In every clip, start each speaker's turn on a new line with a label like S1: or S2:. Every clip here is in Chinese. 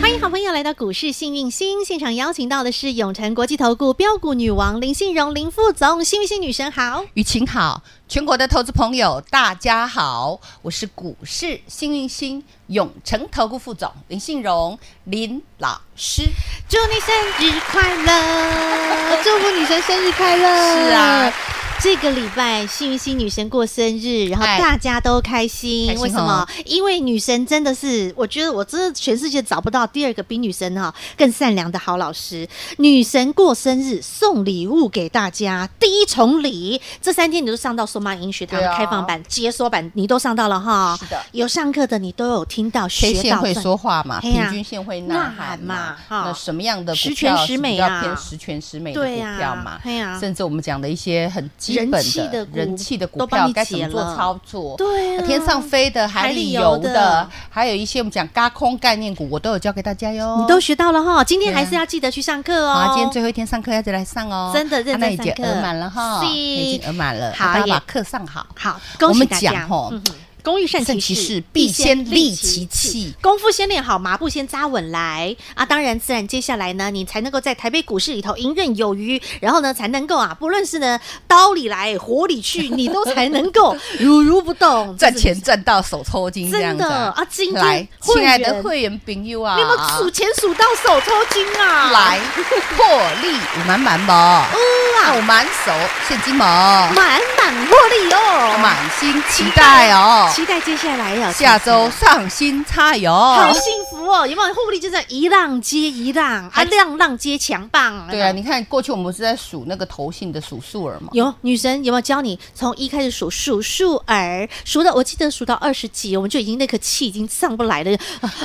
S1: 欢迎好朋友来到股市幸运星现场，邀请到的是永诚国际投顾标股女王林信荣林副总，幸运星女神好。
S2: 雨晴好，全国的投资朋友大家好，我是股市幸运星永诚投顾副总林信荣林老师。
S1: 祝你生日快乐！啊祝福女神生日快乐！
S2: 是啊，
S1: 这个礼拜幸运星女神过生日，然后
S2: 哎
S1: 大家都开心。
S2: 开心哦
S1: 为什么？因为女神真的是，我觉得我真的全世界找不到第二个比女神哈、更善良的好老师。女神过生日送礼物给大家，第一重礼，这三天你都上到索马音学堂
S2: 对啊
S1: 开放版、解锁版，你都上到了哈。
S2: 是的
S1: 有上课的你都有听到学
S2: 天
S1: 到
S2: 线会
S1: 赚
S2: 说话嘛？
S1: 嘿呀
S2: 平均线会呐喊嘛
S1: 呐？喊嘛哈
S2: 那什么样的股
S1: 十
S2: 票
S1: 全十
S2: 是
S1: 美
S2: 比较
S1: 啊
S2: 偏十全十美的股
S1: 对呀
S2: 票嘛？
S1: 嘿呀
S2: 甚至我们讲的一些很基
S1: 人
S2: 本
S1: 气的
S2: 的
S1: 股
S2: 人气的
S1: 都
S2: 股
S1: 帮
S2: 票
S1: 你
S2: 该怎么
S1: 解
S2: 做
S1: 了
S2: 操作？
S1: 对啊
S2: 天上飞的、海
S1: 里
S2: 里
S1: 游
S2: 游
S1: 的
S2: 的，还有一些我们讲嘎空概念股，我都有教给大家哟。
S1: 你都学到了哈，今天
S2: 对啊
S1: 还是要记得去上课哦。
S2: 好、啊，今天最后一天上课要再来上哦，
S1: 真的认真
S2: 啊那已
S1: 上
S2: 经
S1: 课
S2: 额满了哈，
S1: 是
S2: 已经额满了，
S1: 好
S2: 大家
S1: 也
S2: 把课上好。
S1: 好，恭
S2: 我
S1: 喜
S2: 们
S1: 大家
S2: 讲吼
S1: 嗯哼工欲善
S2: 善
S1: 其
S2: 其
S1: 事
S2: 事，必先利其器。
S1: 功夫先练好，麻布先扎稳来啊！当然，自然接下来呢，你才能够在台北股市里头游刃有余，然后呢，才能够啊，不论是呢刀里来火里去，你都才能 够如如不动
S2: 赚。钱赚到手抽筋，这样
S1: 真
S2: 子
S1: 的
S2: 啊
S1: 啊！今天
S2: 来，
S1: 会
S2: 亲爱的
S1: 员
S2: 会员朋友啊，
S1: 你有没有数钱数到手抽筋啊？
S2: 来获利满满毛，有满手现金毛，
S1: 满满获利哦！
S2: 满心期待哦，
S1: 期待接下来呀，
S2: 下周上新菜
S1: 好
S2: 哟。
S1: 幸福哦！有没有获利就在一浪接一浪，啊，
S2: 还
S1: 浪浪接强棒。
S2: 对啊，你看过去我们是在数那个投信的数数儿嘛，
S1: 有女神有没有教你从一开始数数数耳，数到我记得数到二十几，我们就已经那颗气已经上不来了，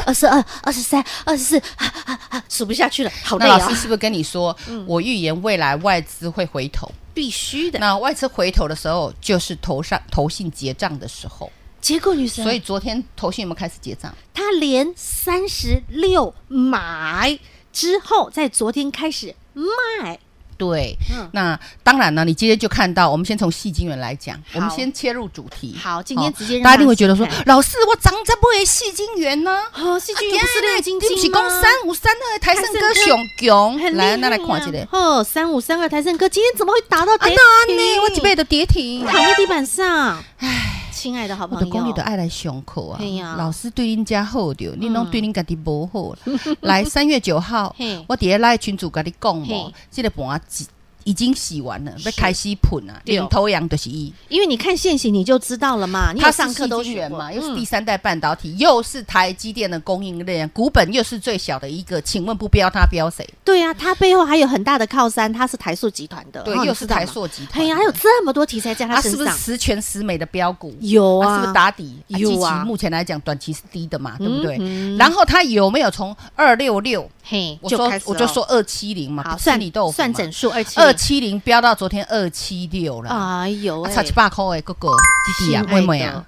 S1: 二十二、二十三、二十四，啊啊啊数不下去了，好累
S2: 那
S1: 啊、嗯
S2: 老师是不是跟你说，我预言未来外资会回头？
S1: 必须的。
S2: 那外资回头的时候，就是投上投信结账的时候。
S1: 结果女神，
S2: 所以昨天投信有没有开始结账？
S1: 她连三十六买之后，在昨天开始卖，
S2: 对，
S1: 嗯
S2: 那当然了，你今天就看到，我们先从细金元来讲，我们先切入主题。哦
S1: 好今天直接让
S2: 大家一定会觉得说
S1: 大家去，
S2: 老师，我长这不会细金元呢？
S1: 哦，细菌不是亮晶
S2: 哎对啊不起，
S1: 晶
S2: 公
S1: 吗？
S2: 三五三二台胜
S1: 台
S2: 哥
S1: 盛
S2: 熊熊，
S1: 很
S2: 来，
S1: 厉
S2: 那
S1: 害
S2: 来看一
S1: 啊
S2: 下。
S1: 哦，三五三二台盛哥今天怎么会达到
S2: 啊，
S1: 跌
S2: 那
S1: 停
S2: 呢，我几倍都跌停。
S1: 躺在地板上。唉，亲爱的好
S2: 我
S1: 朋
S2: 的哎
S1: 友，
S2: 功力都爱来上课啊
S1: 嘿呀！嗯
S2: 老师对恁家好着，恁拢对恁家己无好啦。来，三月九 号
S1: 嘿，
S2: 我伫咧赖群主甲你讲
S1: 嘿
S2: 哦，这个盘已已经洗完了，
S1: 是
S2: 要开始喷啊，
S1: 对哦
S2: 领头羊就是伊。
S1: 因为你看现行你就知道了嘛，你有
S2: 他
S1: 上课都
S2: 是细
S1: 学
S2: 晶圆
S1: 过
S2: 嘛，又是
S1: 嗯
S2: 第三代半导体，又是台积电的供应链，股本又是最小的一个，请问不标他标谁？
S1: 对啊，他背后还有很大的靠山，他是台塑集团的，
S2: 对
S1: 哦，
S2: 又是台，塑集
S1: 你知道吗哎
S2: 团。
S1: 呀，还有这么多题材在他
S2: 他
S1: 身
S2: 啊是不是
S1: 上，
S2: 十全十美的标股？
S1: 有
S2: 啊，是不
S1: 啊
S2: 是，打底？啊
S1: 有
S2: 基
S1: 啊
S2: 期目前来讲，短期是低的嘛，对不对
S1: 嗯哼？
S2: 然后它有没有从二六六？
S1: 嘿，
S2: 我
S1: 就
S2: 说
S1: 开始
S2: 我就
S1: 了
S2: 说二七零嘛，
S1: 好
S2: 算
S1: 算
S2: 你豆腐
S1: 算整数二七
S2: 二，七零飙到昨天二七六了，啊，
S1: 哎呦喂，哎
S2: 差七百块诶，哥哥弟弟啊，
S1: 亲爱
S2: 妹
S1: 的
S2: 妹啊，，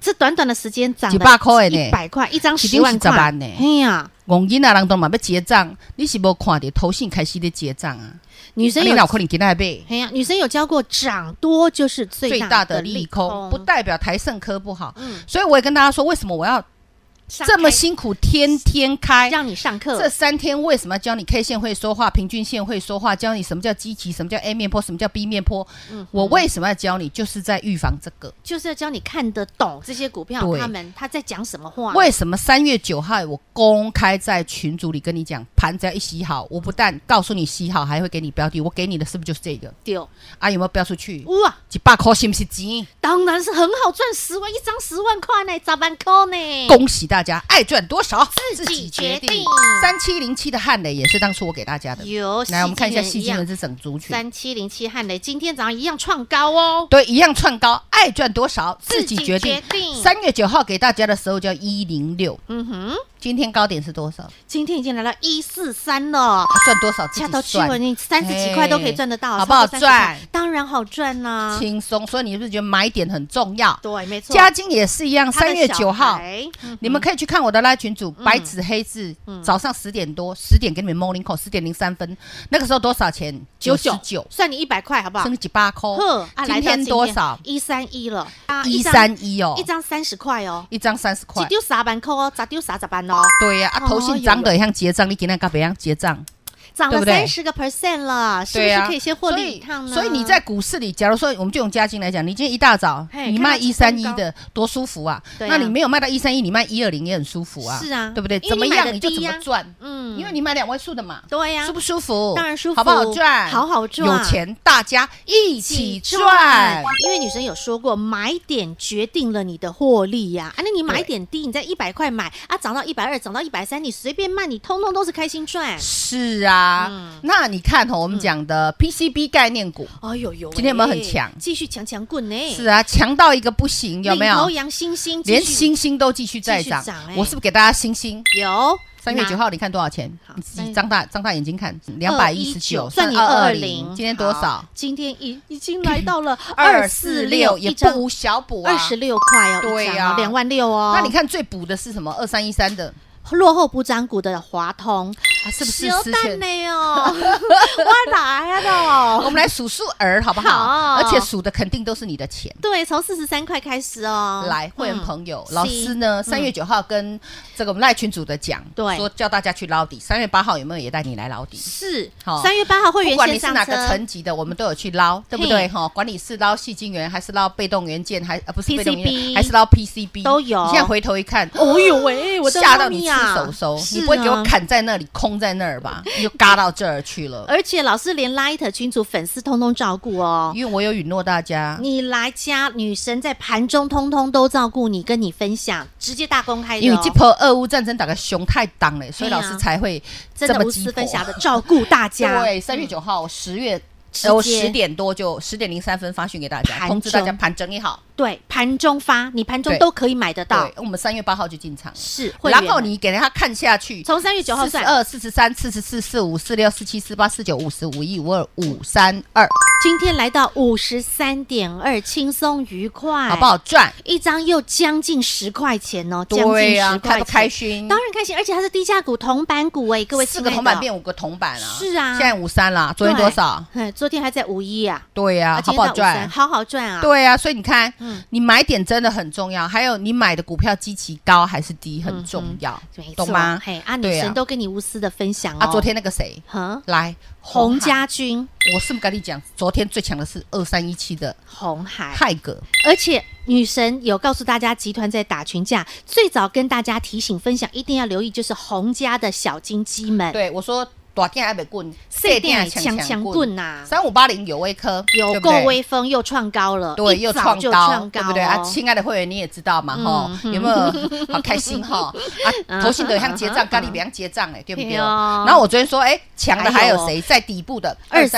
S1: 这短短的时间涨
S2: 一百块呢
S1: 一百块一张
S2: 一
S1: 十万
S2: 定是十
S1: 块
S2: 万呢
S1: 哎呀，
S2: 戆囡仔人都嘛要结账，你是无看到投信开始咧结账啊？
S1: 女生
S2: 啊你
S1: 有
S2: 脑壳里给那呗？
S1: 哎呀，女生有教过，涨多就是最
S2: 最
S1: 大
S2: 大
S1: 的
S2: 的
S1: 利
S2: 利
S1: 空，
S2: 空，不代表台盛科不好。
S1: 嗯
S2: 所以我也跟大家说，为什么我要
S1: 上
S2: 这么
S1: 开
S2: 辛苦，天天开？
S1: 让你上课，
S2: 这三天为什么要教你 K 线会说话，平均线会说话，教你什么叫基期，什么叫 A 面坡，什么叫 B 面坡？
S1: 嗯
S2: 我为什么要教你？就是在预防这个。
S1: 就是要教你看得懂这些股票，
S2: 对
S1: 他们他在讲什么话。
S2: 为什么三月九号我公开在群组里跟你讲，盘只要一洗好，我不但告诉你洗好，还会给你标的。我给你的是不是就是这个？
S1: 丢
S2: 啊，有没有标出去？
S1: 哇，
S2: 几百块是不是钱？
S1: 当然是很好赚，十万一张十万块呢，咋办扣呢？
S2: 恭喜大家，爱赚多少
S1: 自己决定
S2: 三七零七的汉雷也是当初我给大家的。
S1: 有
S2: 来，我们看一下
S1: 细
S2: 细
S1: 金
S2: 金
S1: 人
S2: 人
S1: 一样
S2: 是整族群，
S1: 三七零七汉雷今天早上一样创高哦，
S2: 对，一样创高，爱赚多少自己决定
S1: 自己决定。
S2: 三月九号给大家的时候叫一零六，
S1: 嗯哼，
S2: 今天高点是多少？
S1: 今天已经来到一四三了。
S2: 啊赚多少自己
S1: 掐
S2: 算？
S1: 到去了，你三十几块都可以赚得到，
S2: 哎好不好
S1: 超过30块
S2: 赚？
S1: 当然好赚啦、
S2: 轻松。所以你是不是觉得买点很重要？
S1: 啊对，没错。
S2: 嘉金也是一样，
S1: 他的
S2: 三月
S1: 小
S2: 九号，
S1: 孩嗯
S2: 你们可以去看我的拉群组，白纸黑字，早上十点多，十点给你们 morning call，十点零三分，那个时候多少钱？
S1: 九
S2: 十
S1: 九
S2: 九，
S1: 算你一百块好不好
S2: 升？几八扣
S1: 呵，啊，？
S2: 今天多少？
S1: 一三一了，啊
S2: 一
S1: 张
S2: 三一哦
S1: 一，张三十块哦，
S2: 一张三十块
S1: 只。丢啥板扣哦，咋丢啥咋办哦，
S2: 对呀，啊，
S1: 哦
S2: 投信涨的像结账，你今天干别样结账？
S1: 涨
S2: 对
S1: 了
S2: 不对
S1: 三十个 percent 了，是不是
S2: 对呀，
S1: 可以先获利一趟呢？
S2: 所以所以你在股市里，假如说我们就用加金来讲，你今天一大早
S1: 嘿看
S2: 你
S1: 到
S2: 卖一三一
S1: 冲高
S2: 的，多舒服啊！
S1: 对啊
S2: 那你没有卖到一三一，你卖一二零也很舒服啊，
S1: 是啊
S2: 对不对？
S1: 因为
S2: 怎么
S1: 你买
S2: 样
S1: 得
S2: 你就怎
S1: 低
S2: 么
S1: 呀
S2: 赚，
S1: 嗯
S2: 因为你买两位数的嘛，
S1: 对呀
S2: 舒不舒服？
S1: 当然舒服
S2: 好不好赚？
S1: 好好赚
S2: 有钱大家一起赚。，
S1: 因为女神有说过，买点决定了你的获利呀、啊。那你买点低，你在一百块买啊，涨到一百二，涨到一百三，你随便卖，你通通都是开心赚。
S2: 是啊
S1: 嗯，
S2: 那你看哦，我们讲的 PCB 概念股
S1: 哎呦呦喂，
S2: 今天有没有很强
S1: 继续强强棍呢、
S2: 是啊，强到一个不行，有没
S1: 领头
S2: 有？
S1: 羊星星，继续
S2: 连星星都继续在涨
S1: 继续涨哎，
S2: 我是不是给大家星星？
S1: 有
S2: 三月九
S1: 拿
S2: 号，你看多少钱
S1: 好？
S2: 你自
S1: 三
S2: 己
S1: 月
S2: 张大张大眼睛看，两百一十九，
S1: 219算你二二零，
S2: 今天多少
S1: 好？？今天已已经来到了
S2: 二四六，也
S1: 一张
S2: 不无小补啊。
S1: 二十六块哦，
S2: 对
S1: 一
S2: 呀
S1: 张两万六哦。
S2: 那你看最补的是什么？二三一三的，
S1: 落后补涨股的华通，
S2: 啊是不是
S1: 小
S2: 之
S1: 蛋
S2: 前？
S1: 呢哦， 我哪呀
S2: 我
S1: 的？
S2: 们来数数儿好不好？
S1: 好
S2: 而且数的肯定都是你的钱。
S1: 对，从四十三块开始哦。
S2: 来，会员
S1: 嗯
S2: 朋友，
S1: 是嗯
S2: 老师呢？三月九号跟这个我们赖群主的讲，
S1: 对
S2: 说叫大家去捞底。三月八号有没有也带你来捞底？
S1: 嗯是
S2: 好
S1: 三月八号会
S2: 不
S1: 员
S2: 管你
S1: 先
S2: 是
S1: 上
S2: 哪个
S1: 车
S2: 层级的，我们都有去
S1: 嗯
S2: 捞，对不对？哈，管你是捞细晶元，还是捞被动元件，还呃不是
S1: PCB
S2: 被动元件，还是捞 PCB，
S1: 都有
S2: 你现在回头一看，
S1: 哦呦喂，我的
S2: 吓到
S1: 妈
S2: 你
S1: 咪
S2: 吃
S1: 啊
S2: 手手，
S1: 是
S2: 你不会给我
S1: 啊
S2: 砍在那里，空在那儿吧？你就嘎到这儿去了。
S1: 而且老师连 Light 群组粉丝通通照顾哦。
S2: 因为我有允诺大家，
S1: 你来家，女神在盘中通通都照顾你，跟你分享，直接大公开的、
S2: 因为
S1: 哦
S2: 这，波俄乌战争打个熊太当了，所以
S1: 嘿
S2: 老
S1: 啊
S2: 师才会
S1: 真
S2: 这
S1: 的
S2: 么
S1: 无
S2: 激
S1: 私
S2: 动
S1: 分。享的照顾大家。嗯
S2: 对，三月九号，十月。
S1: 直
S2: 呃，我
S1: 接
S2: 十点多就十点零三分发讯给大家，
S1: 盘
S2: 通知大
S1: 中
S2: 家盘整理好。
S1: 对，盘中发，你盘中
S2: 对
S1: 都可以买得到
S2: 对，，我们三月八号就进场，
S1: 是会员
S2: 然
S1: 的。
S2: 后你给他看下去，
S1: 从三月九号
S2: 四十
S1: 算，
S2: 二、四十三、四十四、四五、四六、四七、四八、四九、五十、五一、五二、五三二，
S1: 今天来到五十三点二，轻松愉快，
S2: 好不？好赚？
S1: 一张又将近十块钱哦，将近
S2: 对呀、
S1: 十块钱，
S2: 开不开心？
S1: 当然开心，而且它是低价股、铜板股哎，各位
S2: 四
S1: 亲
S2: 个
S1: 爱
S2: 铜板
S1: 的
S2: 变五个铜板啊！
S1: 是啊
S2: 现在五三啦，昨天
S1: 对
S2: 多少？
S1: 嘿昨天还在五一啊，
S2: 对
S1: 啊
S2: 呀、好
S1: 今
S2: 不
S1: 天
S2: 好
S1: 到53
S2: 赚？
S1: 好好赚啊！
S2: 对呀、所以你看，
S1: 嗯
S2: 你买点真的很重要，还有你买的股票基期高还是低很重要，
S1: 没错
S2: 懂吗？
S1: 嘿，啊，
S2: 对
S1: 女
S2: 啊
S1: 神都跟你无私的分享哦。
S2: 啊，昨天那个谁
S1: 哈，
S2: 来
S1: 洪
S2: 海
S1: 家军、
S2: 我是不是跟你讲，昨天最强的是二三一七的
S1: 红海，
S2: 泰格，
S1: 而且女神有告诉大家，集团在打群架，最早跟大家提醒分享，一定要留意就是洪家的小金鸡们，
S2: 对我说。大店还没棍，
S1: 这
S2: 店
S1: 店强强棍呐、
S2: 三五八零有威科，
S1: 有
S2: 对不对
S1: 够威风，又创高了，
S2: 对，
S1: 一
S2: 又
S1: 早
S2: 创
S1: 就
S2: 高，
S1: 创
S2: 对
S1: 高
S2: 不对啊？
S1: 哦
S2: 亲爱的会员，你也知道嘛，
S1: 嗯
S2: 哈，
S1: 嗯
S2: 有没 有好开心哈？啊，
S1: 嗯
S2: 投信的像结账，
S1: 嗯
S2: 咖喱像结账，哎，对不对？
S1: 对哦
S2: 然后我昨天说，哎，强的还
S1: 还
S2: 有
S1: 有
S2: 谁在底部的
S1: 2314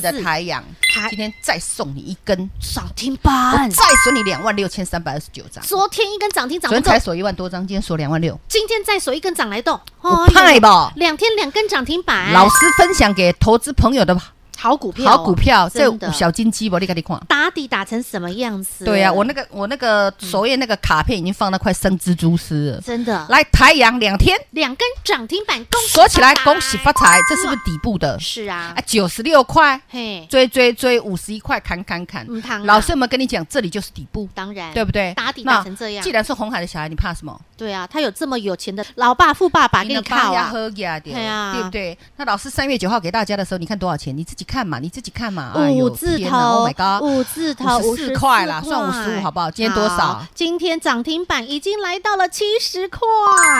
S2: 2314的台阳，
S1: 台嗯
S2: 今天再送你一根，
S1: 涨停
S2: 我
S1: 板，
S2: 再锁你两万六千三百二十九张。
S1: 昨天一根涨停涨
S2: 昨
S1: 不
S2: 天
S1: 够
S2: 才，锁一万多张，今天锁两万六，
S1: 今天再锁一根涨来动，
S2: 我
S1: 哎呦
S2: 派吧。
S1: 两天两根涨停板，
S2: 老师分享给投资朋友的
S1: 好股票哦，
S2: 好股票，这
S1: 真的
S2: 小金鸡不？你给你看。
S1: 打底打成什么样子？嗯
S2: 对呀、我那个我那个首页那个卡片已经放到快生蜘蛛丝了。
S1: 真的
S2: 来，太阳两天
S1: 两根涨停板，恭喜
S2: 锁起来，
S1: 发财
S2: 恭喜发财，这是不是底部的？
S1: 是啊
S2: 啊，，九十六块，
S1: 嘿，
S2: 追追追，五十一块，砍砍砍
S1: 嗯当。然
S2: 老师有没有跟你讲，这里就是底部，
S1: 当然
S2: 对不对？
S1: 哎打底
S2: 那
S1: 打成这样
S2: 既，然是红海的小孩，你怕什么？
S1: 对啊，他有这么有钱的老爸富爸爸给你靠啊，
S2: 喝呀的，
S1: 对啊
S2: 对不对？那老师三月九号给大家的时候，你看多少钱？你自己看嘛，你自己看嘛。哎呦
S1: 五字
S2: 天哪
S1: 头
S2: ，Oh my god！
S1: 五字头
S2: 54块啦算55好不好今天多少？
S1: 好今天涨停板已经来到了七十块，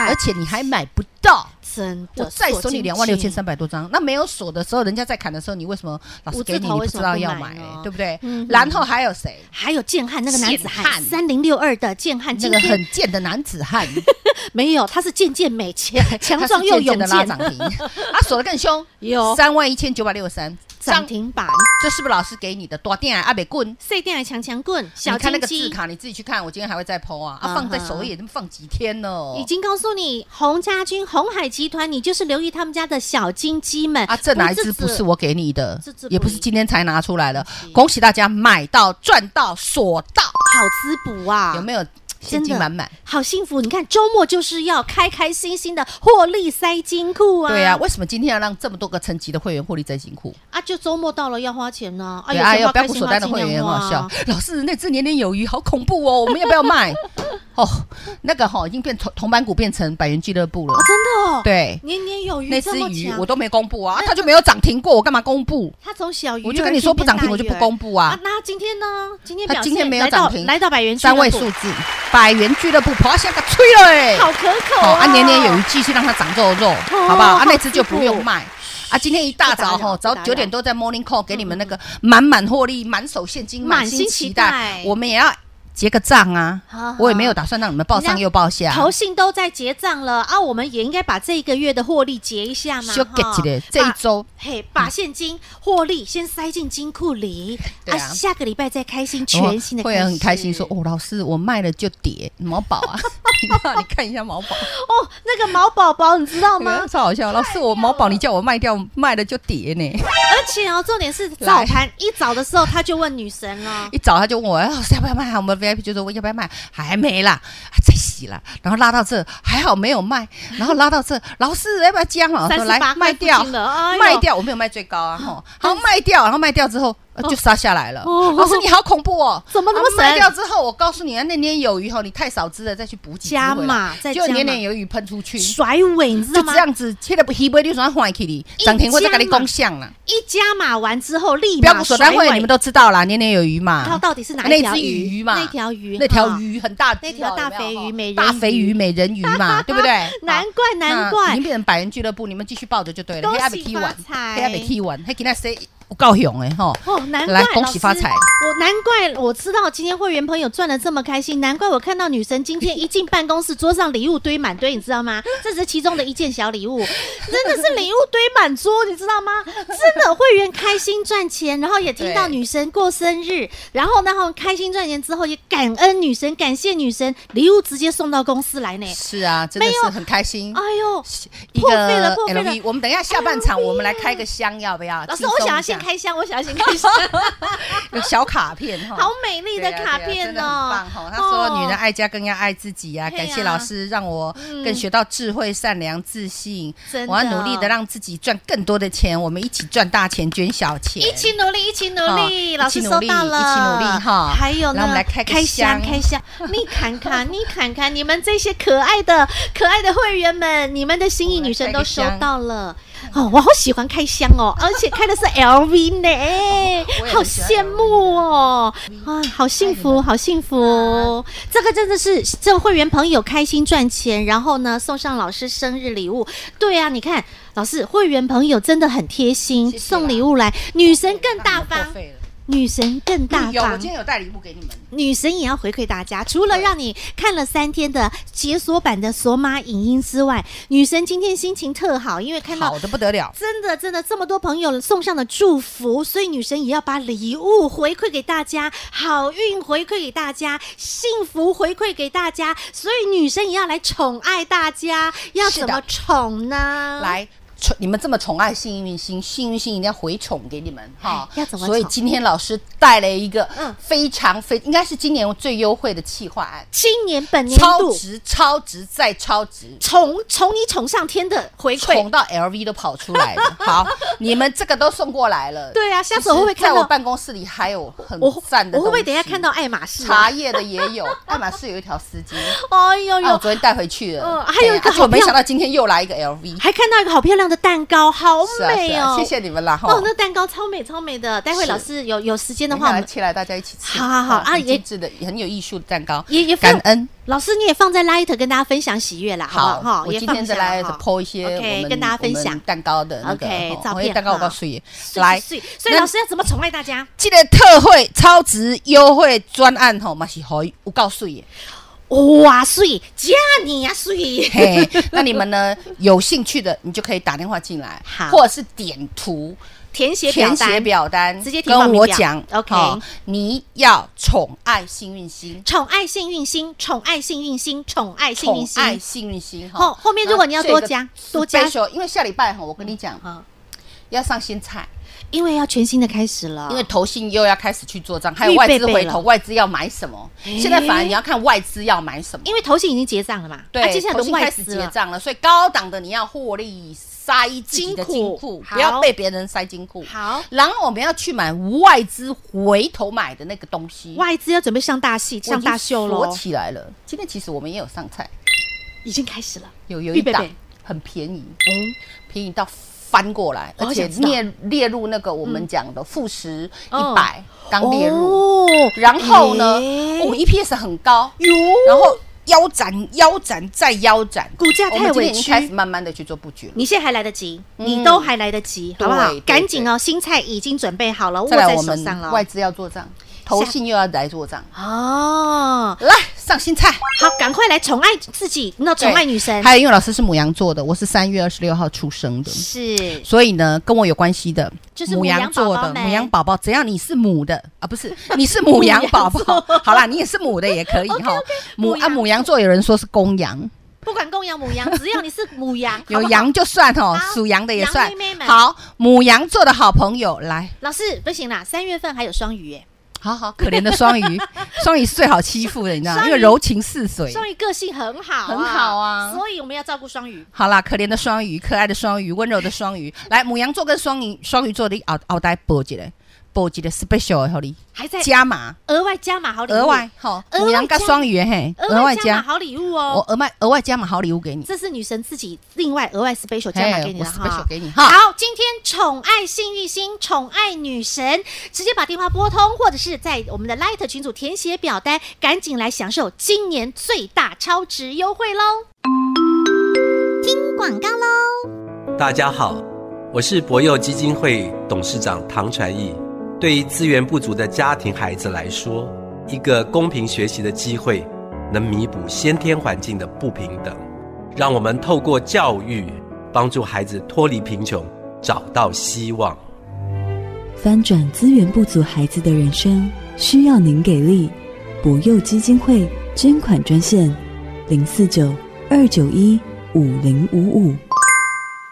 S2: 而且你还买不到。
S1: 真
S2: 哎我
S1: 的
S2: 再
S1: 锁
S2: 锁你
S1: 进
S2: 两万六
S1: 去
S2: 千三百多张，那没有锁的时候，人家在砍的时候，你为什么老师
S1: 五
S2: 给
S1: 字
S2: 你，
S1: 头
S2: 你不
S1: 为
S2: 知
S1: 什么
S2: 道
S1: 不
S2: 要
S1: 买
S2: 买
S1: 呢，
S2: 对不对
S1: 嗯？哼
S2: 然后还有谁？
S1: 还有建汉那个男子汉
S2: 建
S1: 三零六二的建汉，
S2: 那
S1: 今
S2: 个
S1: 天
S2: 很贱的男 子汉，
S1: 没有，他是健健美，强强壮又
S2: 他是
S1: 勇
S2: 贱贱的拉
S1: 健，
S2: 涨停，啊，锁的更凶，
S1: 有
S2: 三万一千九百六十三，
S1: 涨停板，
S2: 这是不是老师给你的多电啊？阿北棍，
S1: 碎电的强强棍，小
S2: 你看那
S1: 金
S2: 个
S1: 鸡。
S2: 字卡，你自己去看。我今天还会再剖啊，
S1: 嗯
S2: 啊，放在
S1: 哼
S2: 首页，能放几天呢？
S1: 已经告诉你，洪家军、红海集团，你就是留意他们家的小金鸡们
S2: 啊，这哪一只
S1: 止
S2: 不是我给你的
S1: 这只？不
S2: 也不是
S1: 一
S2: 今天才拿出来的
S1: 是。
S2: 恭喜大家买到、赚到、锁到，
S1: 好滋补啊？
S2: 有没有现金满满？
S1: 好幸福！你看周末就是要开开心心的获利塞金库啊！
S2: 对呀、啊，为什么今天要让这么多个层级的会员获利真辛苦？
S1: 啊，就周末到了要花钱呢、啊。
S2: 对，
S1: 有
S2: 哎
S1: 钱
S2: 呦，
S1: 花
S2: 标
S1: 开
S2: 股
S1: 心
S2: 锁
S1: 花
S2: 单的
S1: 尽
S2: 会员
S1: 量
S2: 也很
S1: 花
S2: 好笑
S1: 啊。，
S2: 老师那只年年有余，好恐怖哦，我们要不要卖？ 哦，那个哈、已经变同同板股变成百元俱乐部了。
S1: 真的哦，
S2: 对，
S1: 年年有余，
S2: 那
S1: 这
S2: 只
S1: 么
S2: 鱼
S1: 强
S2: 我都没公布啊，啊它就没有涨停过，我干嘛公布？
S1: 他从小鱼儿
S2: 我就跟你说不涨停，我就不
S1: 变
S2: 公布
S1: 大鱼儿
S2: 啊
S1: 啊。。那今天呢？今天
S2: 它
S1: 表
S2: 今天
S1: 现
S2: 没有
S1: 来到
S2: 涨停
S1: 来到百元俱乐
S2: 三
S1: 部
S2: 位数字，百元俱乐部跑到香港吹了哎、
S1: 好可口
S2: 好、啊，
S1: 啊！
S2: 年年有余，继续让它长肉肉，好不
S1: 哦
S2: 好？
S1: 好
S2: 啊，那只
S1: 幸
S2: 就不
S1: 福
S2: 用卖。啊，今天一大早
S1: 不打扰
S2: 吼，
S1: 不打
S2: 早
S1: 扰嗯
S2: 九点多在 Morning Call 给你们那个满满获利、满手现金、
S1: 满
S2: 满
S1: 心
S2: 心
S1: 期
S2: 期
S1: 待
S2: 待，我们也要结个账啊
S1: 好好。
S2: 我也没有打算让你们报上又报下，
S1: 投信都在结账了啊，我们也应该把这一个月的获利结一下嘛。
S2: 修 get
S1: 哈
S2: 的这一
S1: 把
S2: 周，
S1: 嘿，把现金获利先塞进金库里，
S2: 对啊
S1: 下个礼拜再开心，
S2: 然后
S1: 全新的
S2: 会员很开心
S1: 始
S2: 说：“哦，老师，我卖了就跌毛宝 啊，你看你看一下毛宝，
S1: 哦，那个毛宝宝你知道吗
S2: 妈？超好笑。老师，我毛宝你叫我卖掉，卖了就跌呢。”
S1: 而且哦，重点是早盘一早的时候他就问女神哦了，
S2: 一早他就问我，哎老师要不要卖啊？我们 VIP 就说要不要卖，还没啦，啊再洗啦。然后拉到这还好没有卖，然后拉到这，老师要不要加嘛？我
S1: 三
S2: 说
S1: 十
S2: 来
S1: 八块
S2: 卖
S1: 附
S2: 掉
S1: 近，了，哎呦
S2: 卖。掉，我没有卖最高啊，吼，好卖掉，然后卖掉之后呃就杀下来了。
S1: 哦
S2: 老师你好恐怖哦，
S1: 怎么那么
S2: 啊
S1: 神
S2: 卖掉之后，我告诉你啊，那年有余吼，你太少只了，再去补几只
S1: 加
S2: 回来
S1: 码再
S2: 就
S1: 加
S2: 年
S1: 码
S2: 年有余喷出去，就
S1: 甩尾，你知道吗
S2: 这？样子，现在不黑不就算换起你，涨停我再跟你共享了。
S1: 一加码完之后，立
S2: 标
S1: 马
S2: 股锁单
S1: 甩
S2: 会
S1: 尾。
S2: 你们都知道啦，年年有余
S1: 它
S2: 嘛。
S1: 到底是哪一条
S2: 那只
S1: 鱼
S2: 鱼嘛
S1: 那条鱼，
S2: 那条
S1: 哈，
S2: 鱼很大只哦，
S1: 那条大肥鱼
S2: 有没有
S1: 美人鱼？
S2: 大肥鱼、美人鱼嘛，对不对
S1: 难
S2: 好
S1: 怪难
S2: 那已
S1: 怪
S2: 经，变成百元俱乐部，你们继续抱着就对了。
S1: 恭
S2: 黑
S1: 喜
S2: 阿北踢
S1: 发
S2: 完，
S1: 财
S2: 黑阿北踢完，黑给那谁我够勇哎 吼！
S1: 哦，难怪
S2: 来恭喜
S1: 老师
S2: 发财
S1: 我难怪我知道今天会员朋友赚的这么开心，难怪我看到女神今天一进办公室，桌上礼物堆满堆，你知道吗？ 这只是其中的一件小礼 物，真的是礼物堆满桌，你知道吗？真的会员开心赚钱，然后也听到
S2: 对
S1: 女神过生日，然后然后开心赚钱之后也感恩女神，感谢女神，礼物直接送到公司来呢。
S2: 是啊，真的
S1: 没有
S2: 是很开心。
S1: 哎呦，
S2: 一
S1: 破费了
S2: 个
S1: 破费了
S2: LV，我们等一下下半场
S1: LV
S2: 我们来开个箱，要不要？
S1: 老师，
S2: 轻松
S1: 我想要
S2: 一下
S1: 先开箱，我想要先开箱，
S2: 有小卡片哈。
S1: 好美丽的
S2: 对啊
S1: 卡
S2: 对啊
S1: 片
S2: 真的很
S1: 哦
S2: 棒。哈！他说：“女人
S1: 哦
S2: 爱家更要爱自己啊！
S1: 嘿呀嗯
S2: 感谢老师，让我更学到智慧、善良、自信
S1: 真。的
S2: 我要努力的让自己赚更多的钱，我们一起赚大钱，捐小钱。
S1: 一起努力，一起努
S2: 哦
S1: 力，
S2: 一
S1: 老
S2: 起
S1: 师
S2: 努
S1: 收
S2: 力
S1: 到了，
S2: 一起努力哈
S1: 还有呢，
S2: 来我们来开个
S1: 开箱，
S2: 箱
S1: 开 箱，你看看，你看看，你们这些可爱的、可爱的会员们，你们的心意
S2: 我们来
S1: 女神
S2: 开
S1: 都
S2: 个
S1: 收
S2: 箱
S1: 到了。哦，我好喜欢开箱哦，而且开的是 LV 呢
S2: 我，也
S1: 好
S2: 很喜欢
S1: 羡慕哦，啊，好幸福，好幸福！这个真的是这会员朋友开心赚钱，然后呢送上老师生日礼物。对啊，你看老师会员朋友真的很贴心，
S2: 谢谢啦
S1: 送礼物来，女神更
S2: 那
S1: 大
S2: 我 们
S1: 方
S2: 破，费了
S1: 女神更大
S2: 有，我
S1: 方
S2: 今。天有带礼物给你们。”
S1: 女神也要回馈大家，除了让你看了三天的解锁版的索马影音之外，女神今天心情特好，因为看到
S2: 好的不得了，
S1: 真的真的这么多朋友送上的祝福，所以女神也要把礼物回馈给大家，好运回馈给大家，幸福回馈给大家，所以女神也要来宠爱大家，要
S2: 是
S1: 怎
S2: 的
S1: 么宠呢？，
S2: 来。宠你们这么宠爱幸运星，幸运星一定要回宠给你们哈。
S1: 哎要怎么
S2: 所以
S1: 宠
S2: 今天老师带了一个
S1: 嗯
S2: 非常非，应该是今年最优惠的企划案，
S1: 今年本年
S2: 超
S1: 度
S2: 值、超值再超值，
S1: 宠宠你宠上天的回馈
S2: 宠，到 LV 都跑出来 了。好，你们这个都送过来了。
S1: 对啊下次我会不会
S2: 其实在
S1: 看到
S2: 我办公室里还有很
S1: 我
S2: 赞的
S1: 我会不会
S2: 东
S1: 等一下
S2: 西
S1: 看到爱马仕、
S2: 茶
S1: 啊？
S2: 叶的也 有，爱马仕有一条丝巾，
S1: 哎呦
S2: 啊，我
S1: 呦！
S2: 昨天带回去了。
S1: 嗯还有一个
S2: 对啊
S1: 好
S2: 我没
S1: 漂
S2: 想到今天又来一个 LV，
S1: 还看到一个好漂亮的蛋糕，好
S2: 是啊是
S1: 美
S2: 啊，
S1: 哦！
S2: 谢谢你们啦哈。
S1: 哦，那蛋糕超美超美的。待会
S2: 是
S1: 老师有有时间的
S2: 等一
S1: 话，
S2: 下
S1: 我
S2: 来
S1: 们
S2: 起来，大家一起吃。
S1: 好好好啊
S2: 很
S1: 也
S2: 精致的，很有艺术的蛋糕，
S1: 也也放
S2: 感恩。
S1: 老师，你也放在 Light 跟大家分享喜悦啦，好不好？
S2: 我
S1: 也
S2: 今
S1: 放
S2: 天再
S1: 下啦
S2: 来
S1: 哈
S2: po 一些
S1: OK，
S2: 我们
S1: 跟大家分享
S2: 我们蛋糕的那个
S1: OK，
S2: 哈
S1: 照片
S2: 我也蛋糕
S1: 哈
S2: 我告诉你，
S1: 碎
S2: 来
S1: 碎碎所以
S2: 那
S1: 老师要怎么宠爱大家？
S2: 这个特惠超值优惠专案吼，嘛是好有够水的，
S1: 哇水，加你啊水，
S2: 嘿，那你们呢？有兴趣的，你就可以打电话进来
S1: 好，
S2: 或者是点图
S1: 填写表
S2: 填写
S1: 单，
S2: 表单，
S1: 直接填报
S2: 跟
S1: 名
S2: 我
S1: 表
S2: 讲。
S1: OK
S2: 哦你要宠爱幸运星，
S1: 宠爱幸运星，宠爱幸运星，宠爱幸运
S2: 宠爱
S1: 星。
S2: 幸运星。哦
S1: 后后面如果你要多加多加，
S2: 那这个 special，因为下礼拜哦哈，我跟你讲
S1: 啊，
S2: 要上新菜，
S1: 因为要全新的开始了，
S2: 哦因为投信又要开始去做账，还有
S1: 预备
S2: 外资回
S1: 备
S2: 头，
S1: 了
S2: 外资要买什么？现在反而你要看外资要买什么。
S1: 因为投信已经结账了嘛，
S2: 对，
S1: 啊接下来
S2: 投
S1: 轮
S2: 信
S1: 外
S2: 开始
S1: 资
S2: 结
S1: 了，
S2: 账了，所以高档的你要获利塞自己的
S1: 金
S2: 金库
S1: 库，
S2: 不要
S1: 好
S2: 被别人塞金库。
S1: 好
S2: 然后我们要去买外资回头买的那个东西，
S1: 外资要准备上大戏、上大秀
S2: 我已经
S1: 喽
S2: 锁，起来了。今天其实我们也有上菜，
S1: 已经开始了。
S2: 有有
S1: 预
S2: 一
S1: 备
S2: 档
S1: 备
S2: 很便宜，
S1: 嗯，
S2: 便宜到翻过来，
S1: 哦我好
S2: 而且
S1: 想知道
S2: 列列入那个我们讲的富时一
S1: 嗯
S2: 百刚列入，
S1: 哦
S2: 然后呢，哦
S1: 诶
S2: 我们 EPS 很高，
S1: 哟，
S2: 然后腰斩、腰斩再腰斩，
S1: 股价
S2: 我
S1: 太
S2: 们今天
S1: 委
S2: 已经开始
S1: 屈，
S2: 慢慢的去做布局了。
S1: 你现在还来得及，
S2: 嗯
S1: 你都还来得及，
S2: 对
S1: 好不好
S2: 对？
S1: 赶紧哦，新菜已经准备好了，握
S2: 再来
S1: 在
S2: 我
S1: 手
S2: 们
S1: 上了
S2: 外
S1: 哦。
S2: 资要做账，投信又要来做账，
S1: 哦，
S2: 来上新菜。
S1: 好，赶快来宠爱自己，那宠爱女神
S2: 还有，因为老师是母羊座的，我是三月二十六号出生的，
S1: 是
S2: 所以呢，跟我有关系的，
S1: 就是母羊宝宝
S2: 的
S1: 们
S2: 母羊宝宝，只要你是母的啊，不是你是母羊宝 宝，好啦，你也是母的也可以哈。母
S1: 母
S2: 啊，
S1: 羊
S2: 母羊座有人说是公羊，
S1: 不管公羊母 羊，只要你是母羊，
S2: 有
S1: 好不好
S2: 羊就算哦，
S1: 好
S2: 属羊的也算
S1: 羊妹妹。们
S2: 好，母羊座的好朋友来，
S1: 老师不行啦，三月份还有双鱼耶，
S2: 好好可怜的双鱼， 双鱼是最好欺负的，你知道吗，
S1: 双鱼
S2: 因为柔情似水。
S1: 双鱼个性很好、
S2: 很好啊
S1: 所以我们要照顾双鱼。
S2: 好啦，可怜的双鱼，可爱的双鱼，温柔的双鱼，来，母羊座跟双鱼双鱼座的熬熬呆播一个，播一个 special 的给你
S1: 还在
S2: 加码，
S1: 额外加码好礼物，
S2: 额外好，
S1: 额外
S2: 母羊跟
S1: 加
S2: 双鱼的嘿，
S1: 额外加码，好礼物
S2: 我
S1: 哦。
S2: 额外额外加码好礼物给你，
S1: 这是女神自己另外额外 special 加码给你
S2: 我
S1: 的哈
S2: special。给你哈，
S1: 好，今天宠爱幸运星、宠爱女神，直接把电话拨通，或者是在我们的 Light 群组填写表单，赶紧来享受今年最大超值优惠喽！听广告喽。
S3: 大家好，我是博幼基金会董事长唐传义。对于资源不足的家庭孩子来说，一个公平学习的机会，能弥补先天环境的不平等。让我们透过教育，帮助孩子脱离贫穷，找到希望。
S4: 翻转资源不足孩子的人生，需要您给力。博幼基金会捐款专线：零四九二九一五零五五。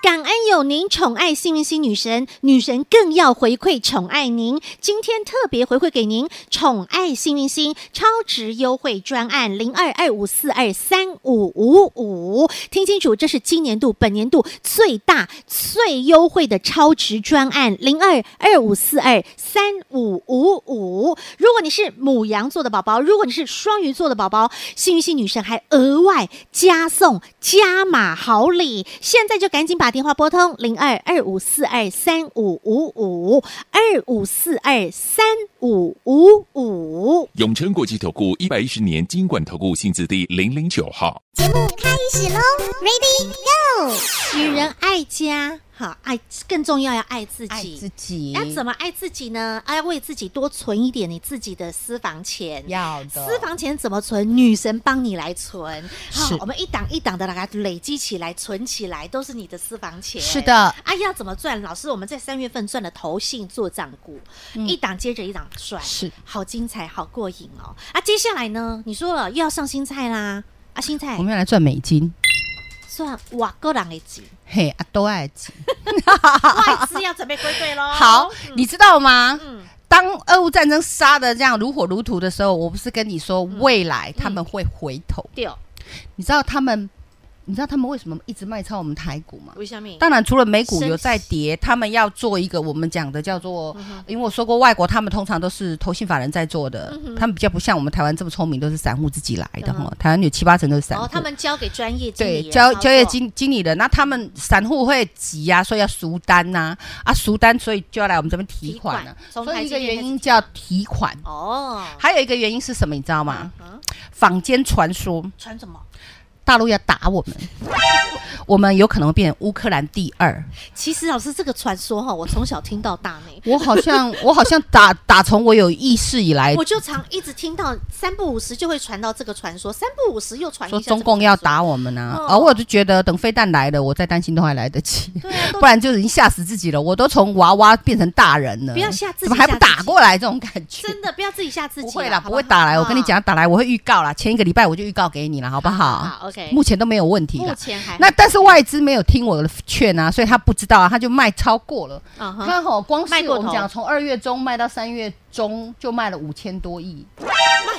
S1: 感恩有您宠爱幸运星女神，女神更要回馈宠爱您。今天特别回馈给您宠爱幸运星超值优惠专案零二二五四二三五五五，听清楚，这是今年度本年度最大最优惠的超值专案零二二五四二三五五五。如果你是母羊座的宝宝，如果你是双鱼座的宝宝，幸运星女神还额外加送加码好礼，现在就赶紧把电话拨通零二二五四二三五五五二五四二三五五五。
S5: 永诚国际投顾一百一十年金管投顾性质第零零九号。
S1: 女人爱家，好爱更重要要爱自
S2: 爱
S1: 己
S2: 自。己，
S1: 要怎
S2: 么
S1: 么爱自己呢？要为自己多存一点你自己的私房钱。
S2: 要的
S1: 私房钱怎么存？女神帮你来存，好
S2: 是
S1: 我们一档一档的把它累积起来、存起来，都是你的私房钱。
S2: 是的，
S1: 啊，要怎么赚？老师，我们在三月份赚了投信做账股，一档接着一档赚，
S2: 嗯是
S1: 好精彩，好过瘾哦！啊，接下来呢？你说了又要上新菜啦，啊，新菜
S2: 我们要来赚美金，
S1: 算哇，个人的钱，
S2: 嘿，啊，都爱记。啊
S1: 外资要准备归队嗯喽。
S2: 好，你知道吗？
S1: 嗯
S2: 当俄乌战争杀的这样如火如荼的时候，我不是跟你说未来
S1: 嗯
S2: 他们会回头？
S1: 掉，
S2: 你知道他们，你知道他们为什么一直卖超我们台股吗？
S1: 为什么？
S2: 当然，除了美股
S1: 升
S2: 有在
S1: 息
S2: 跌，他们要做一个我们讲的叫做，
S1: 嗯
S2: 因为我说过外国他们通常都是投信法人在做的，他们比较不像我们台湾这么聪明，都是散户自己来的
S1: 嗯
S2: 哈。台湾有七八成都是散户
S1: 哦，，他们交给专业经理
S2: 对
S1: 人
S2: 交
S1: 操
S2: 交易
S1: 作
S2: 经经理人，那他们散户会急呀、所以要赎单呐、啊，赎单，所以就要来我们这边提
S1: 提
S2: 款
S1: 款
S2: 了、
S1: 从
S2: 所
S1: 台
S2: 以一
S1: 积
S2: 个
S1: 电
S2: 原
S1: 开始
S2: 因
S1: 提
S2: 叫提款，
S1: 哦，
S2: 还有一个原因是什么？你知道吗？
S1: 嗯，
S2: 坊间传说
S1: 穿什么？
S2: 大陆要打我们，我们有可能变乌克兰第二。
S1: 其实老师这个传说哈，我从小听到大呢。
S2: 我好 像，我好像打打从我有意识以来
S1: 我，就常一直听到三不五时就会传到这个传说，三不五时又传一下
S2: 说
S1: 这个
S2: 中共要
S1: 传说，
S2: 打我们呢、
S1: 哦
S2: 啊，而我就觉得等飞弹来了，我再担心都还来得及，
S1: 对 啊，都
S2: 不然就已经吓死自己了。我都从娃娃变成大人了，
S1: 不要吓自己
S2: 怎么还不
S1: 吓自己
S2: 打过来？这种感觉。
S1: 真的不要自己吓自己
S2: 不
S1: 啦，
S2: 会啦，
S1: 好
S2: 不
S1: 好
S2: 会打来。我跟你，讲，打来我会预告啦。前一个礼拜我就预告给你了，好不好？
S1: 好，OK
S2: 目前都没有问题
S1: 目
S2: 啦。
S1: 前还
S2: 那但是外资没有听我的劝啊，所以他不知道啊，他就卖超过了。
S1: 嗯哼
S2: 看好、光是
S1: 卖过
S2: 我们
S1: 头
S2: 讲从二月中卖到三月中就卖了五千多亿，
S1: 卖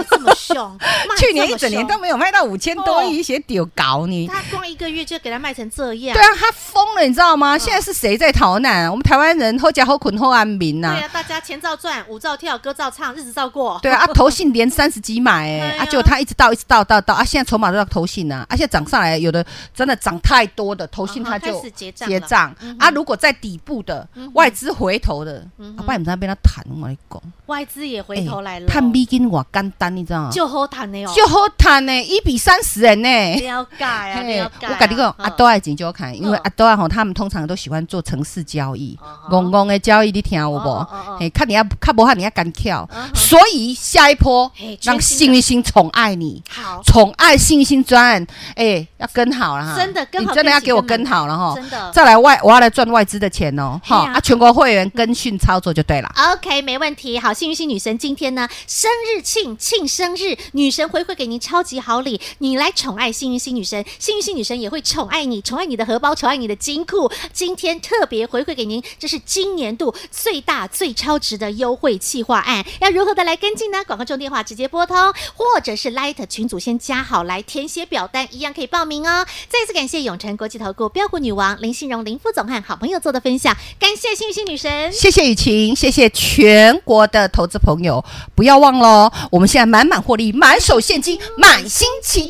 S1: 这么凶，卖
S2: 去
S1: 这
S2: 年一
S1: 么
S2: 整年
S1: 凶
S2: 都没有卖到五千多
S1: 哦
S2: 亿，写丢搞你。
S1: 他光一个月就给他卖成这样，
S2: 对啊，他疯了，你知道
S1: 嗯
S2: 吗？现在是谁在逃难？我们台湾人后家后捆后安民呐、
S1: 对啊，大家钱照赚，舞照跳，歌照唱，日子照过。
S2: 对啊，啊投信连三十几买哎、
S1: 对啊
S2: 啊，就他一直到一直到到到啊，现在筹码都要投信呐、啊，啊，现在涨上来，有的真的涨太多的，投信
S1: 嗯哼
S2: 它就
S1: 开始结账了嗯哼嗯
S2: 啊，如果在底部的、外资回头的，啊，不然你们在那边他谈，我跟你讲，欸
S1: 外资也回头来了，
S2: 哎探逼跟我干单，你知道吗？
S1: 就好谈的哦，
S2: 就好谈呢，一比三十人呢、
S1: 了解啊，
S2: 嘿
S1: 了解啊。
S2: 我跟你讲，
S1: 嗯
S2: 阿多爱紧就要看，因为
S1: 嗯
S2: 阿多爱吼，他们通常都喜欢做城市交易
S1: 哦，
S2: 公公的交易，你听有
S1: 哦
S2: 无
S1: 哦哦？
S2: 嘿，看你要看不看你要敢跳
S1: 嗯，哼
S2: 所以下一波
S1: 嘿全
S2: 让
S1: 新
S2: 幸运星宠爱你，
S1: 好，
S2: 宠爱幸运星专案，哎，要跟好了哈，
S1: 真的跟好
S2: 你真的要给我
S1: 跟
S2: 跟
S1: 紧
S2: 好了哈，
S1: 真的
S2: 再来外我要来赚外资的钱哦，哈
S1: 嘿啊
S2: 啊，全国会员跟训操作就对了。
S1: OK，没问题。好，幸运星女神今天呢，生日庆庆生日，女神回馈给您超级好礼，你来宠爱幸运星女神，幸运星女神也会宠爱你，宠爱你的荷包，宠爱你的金库。今天特别回馈给您，这是今年度最大最超值的优惠企划案，要如何的来跟进呢？广告中电话直接拨通，或者是 Light 群组先加好来填写表单，一样可以报名哦。再次感谢永诚国际投顾标股女王林信荣林副总和好朋友做的分享，感谢幸运星女神。
S2: 谢谢雨晴，谢谢全国的投资朋友，不要忘喽！我们现在满满获利，满手现金，满心期待
S1: 期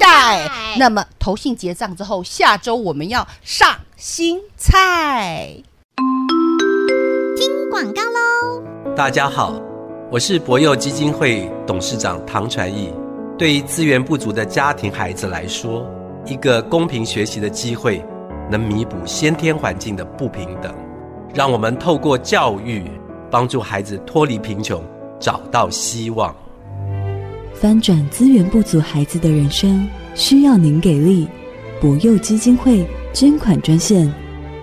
S1: 待。
S2: 那么投信结账之后，下周我们要上新菜。
S1: 广告喽。
S3: 大家好，我是博幼基金会董事长唐传义。对于资源不足的家庭孩子来说，一个公平学习的机会，能弥补先天环境的不平等。让我们透过教育，帮助孩子脱离贫穷，找到希望。
S4: 翻转资源不足孩子的人生，需要您给力。博幼基金会捐款专线：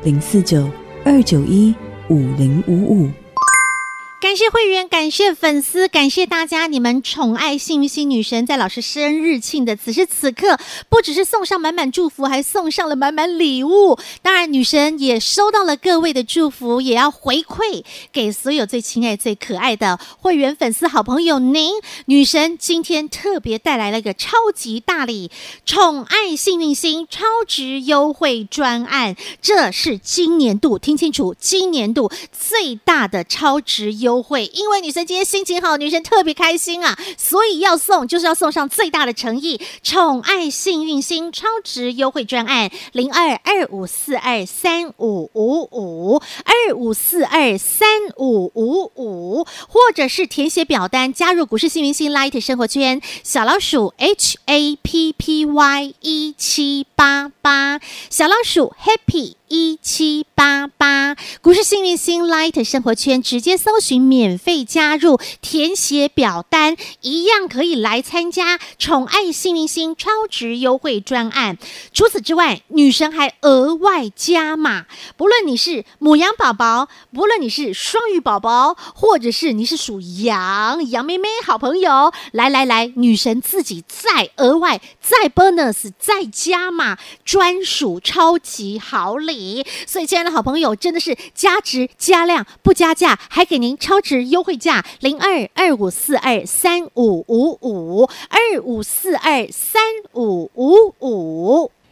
S4: 零四九二九一五零五五。
S1: 感谢会员，感谢粉丝，感谢大家你们宠爱幸运星女神，在老师生日庆的此时此刻，不只是送上满满祝福，还送上了满满礼物。当然，女神也收到了各位的祝福，也要回馈给所有最亲爱、最可爱的会员、粉丝、好朋友您。女神今天特别带来了一个超级大礼——宠爱幸运星超值优惠专案，这是今年度听清楚，今年度最大的超值优惠。因为女神今天心情好，女神特别开心啊，所以要送就是要送上最大的诚意，宠爱幸运星超值优惠专案零二二五四二三五五五二五四二三五五五，或者是填写表单加入股市幸运星 Light 生活圈小老鼠 H A P P Y 一七八八小老鼠 Happy。一七八八，股市幸运星 Light 生活圈直接搜寻免费加入，填写表单一样可以来参加宠爱幸运星超值优惠专案。除此之外，女神还额外加码，不论你是母羊宝宝，不论你是双鱼宝宝，或者是你是属羊羊妹妹好朋友，来来来，女神自己再额外再 bonus 再加码专属超级好礼。所以，亲爱的好朋友，真的是加值加量不加价，还给您超值优惠价零二二五四二三五五五二五四二三五五五。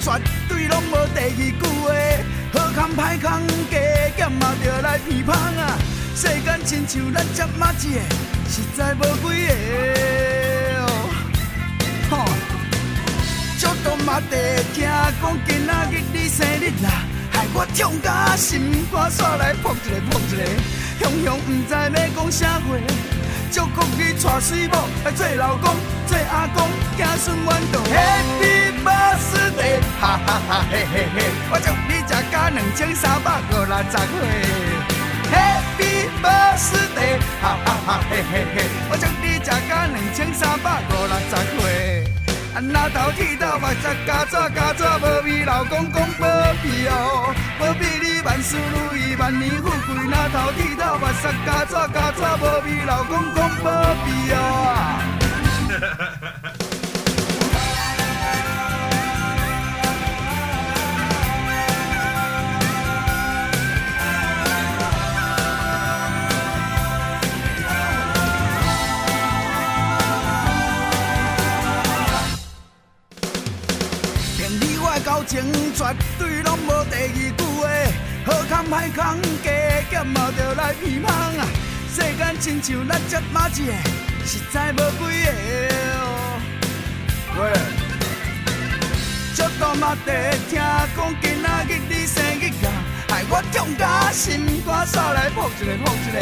S6: 绝对拢无第二句话。好康歹康，加减嘛着来鼻芳啊！世间亲像咱这么一个，实在无几个哦。吼，足多嘛地听讲今仔日你生日啦，害我痛甲心肝煞来扑一个扑一个，雄雄毋知要讲啥话。祝福你娶水某，来做老公，做阿公，子孙满堂。Happy birthday，哈哈哈嘿嘿嘿！我祝你食到两千三百五六十岁。Happy birthday，哈哈哈嘿嘿嘿！我祝你食到两千三百五六十岁。啊，那头剃头目屎加纸加纸，无味老公讲无味哦，无味你万事如意，万年富贵。那头剃头目屎加纸加纸，无味老公讲无味哦。骗你我的交情绝对拢无第二句话，好康歹康加减嘛着来鼻芳啊！世间亲像咱这么一个，实在无几个哦。喂，足多嘛地听讲今仔日你生日啊，害我痛甲心肝煞来扑一个扑一个，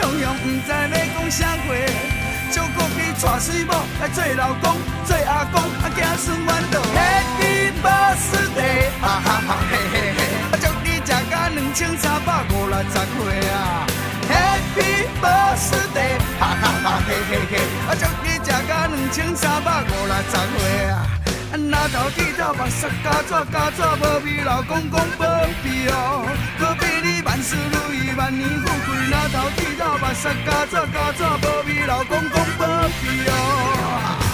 S6: 雄雄毋知要讲啥话。照顾你娶水某，来做老公，做阿公，啊子孙满堂。Happy birthday，哈哈哈嘿嘿嘿！啊祝你食到两千三百五六十岁啊！Happy birthday，哈哈哈嘿嘿嘿！啊祝你食到两千三百五六十岁啊！啊那头剃头目屎加纸加纸，无味老公公无味哦，无比你万事如意，万年富贵。那头剃头目屎加纸加纸，无味老公公无味哦。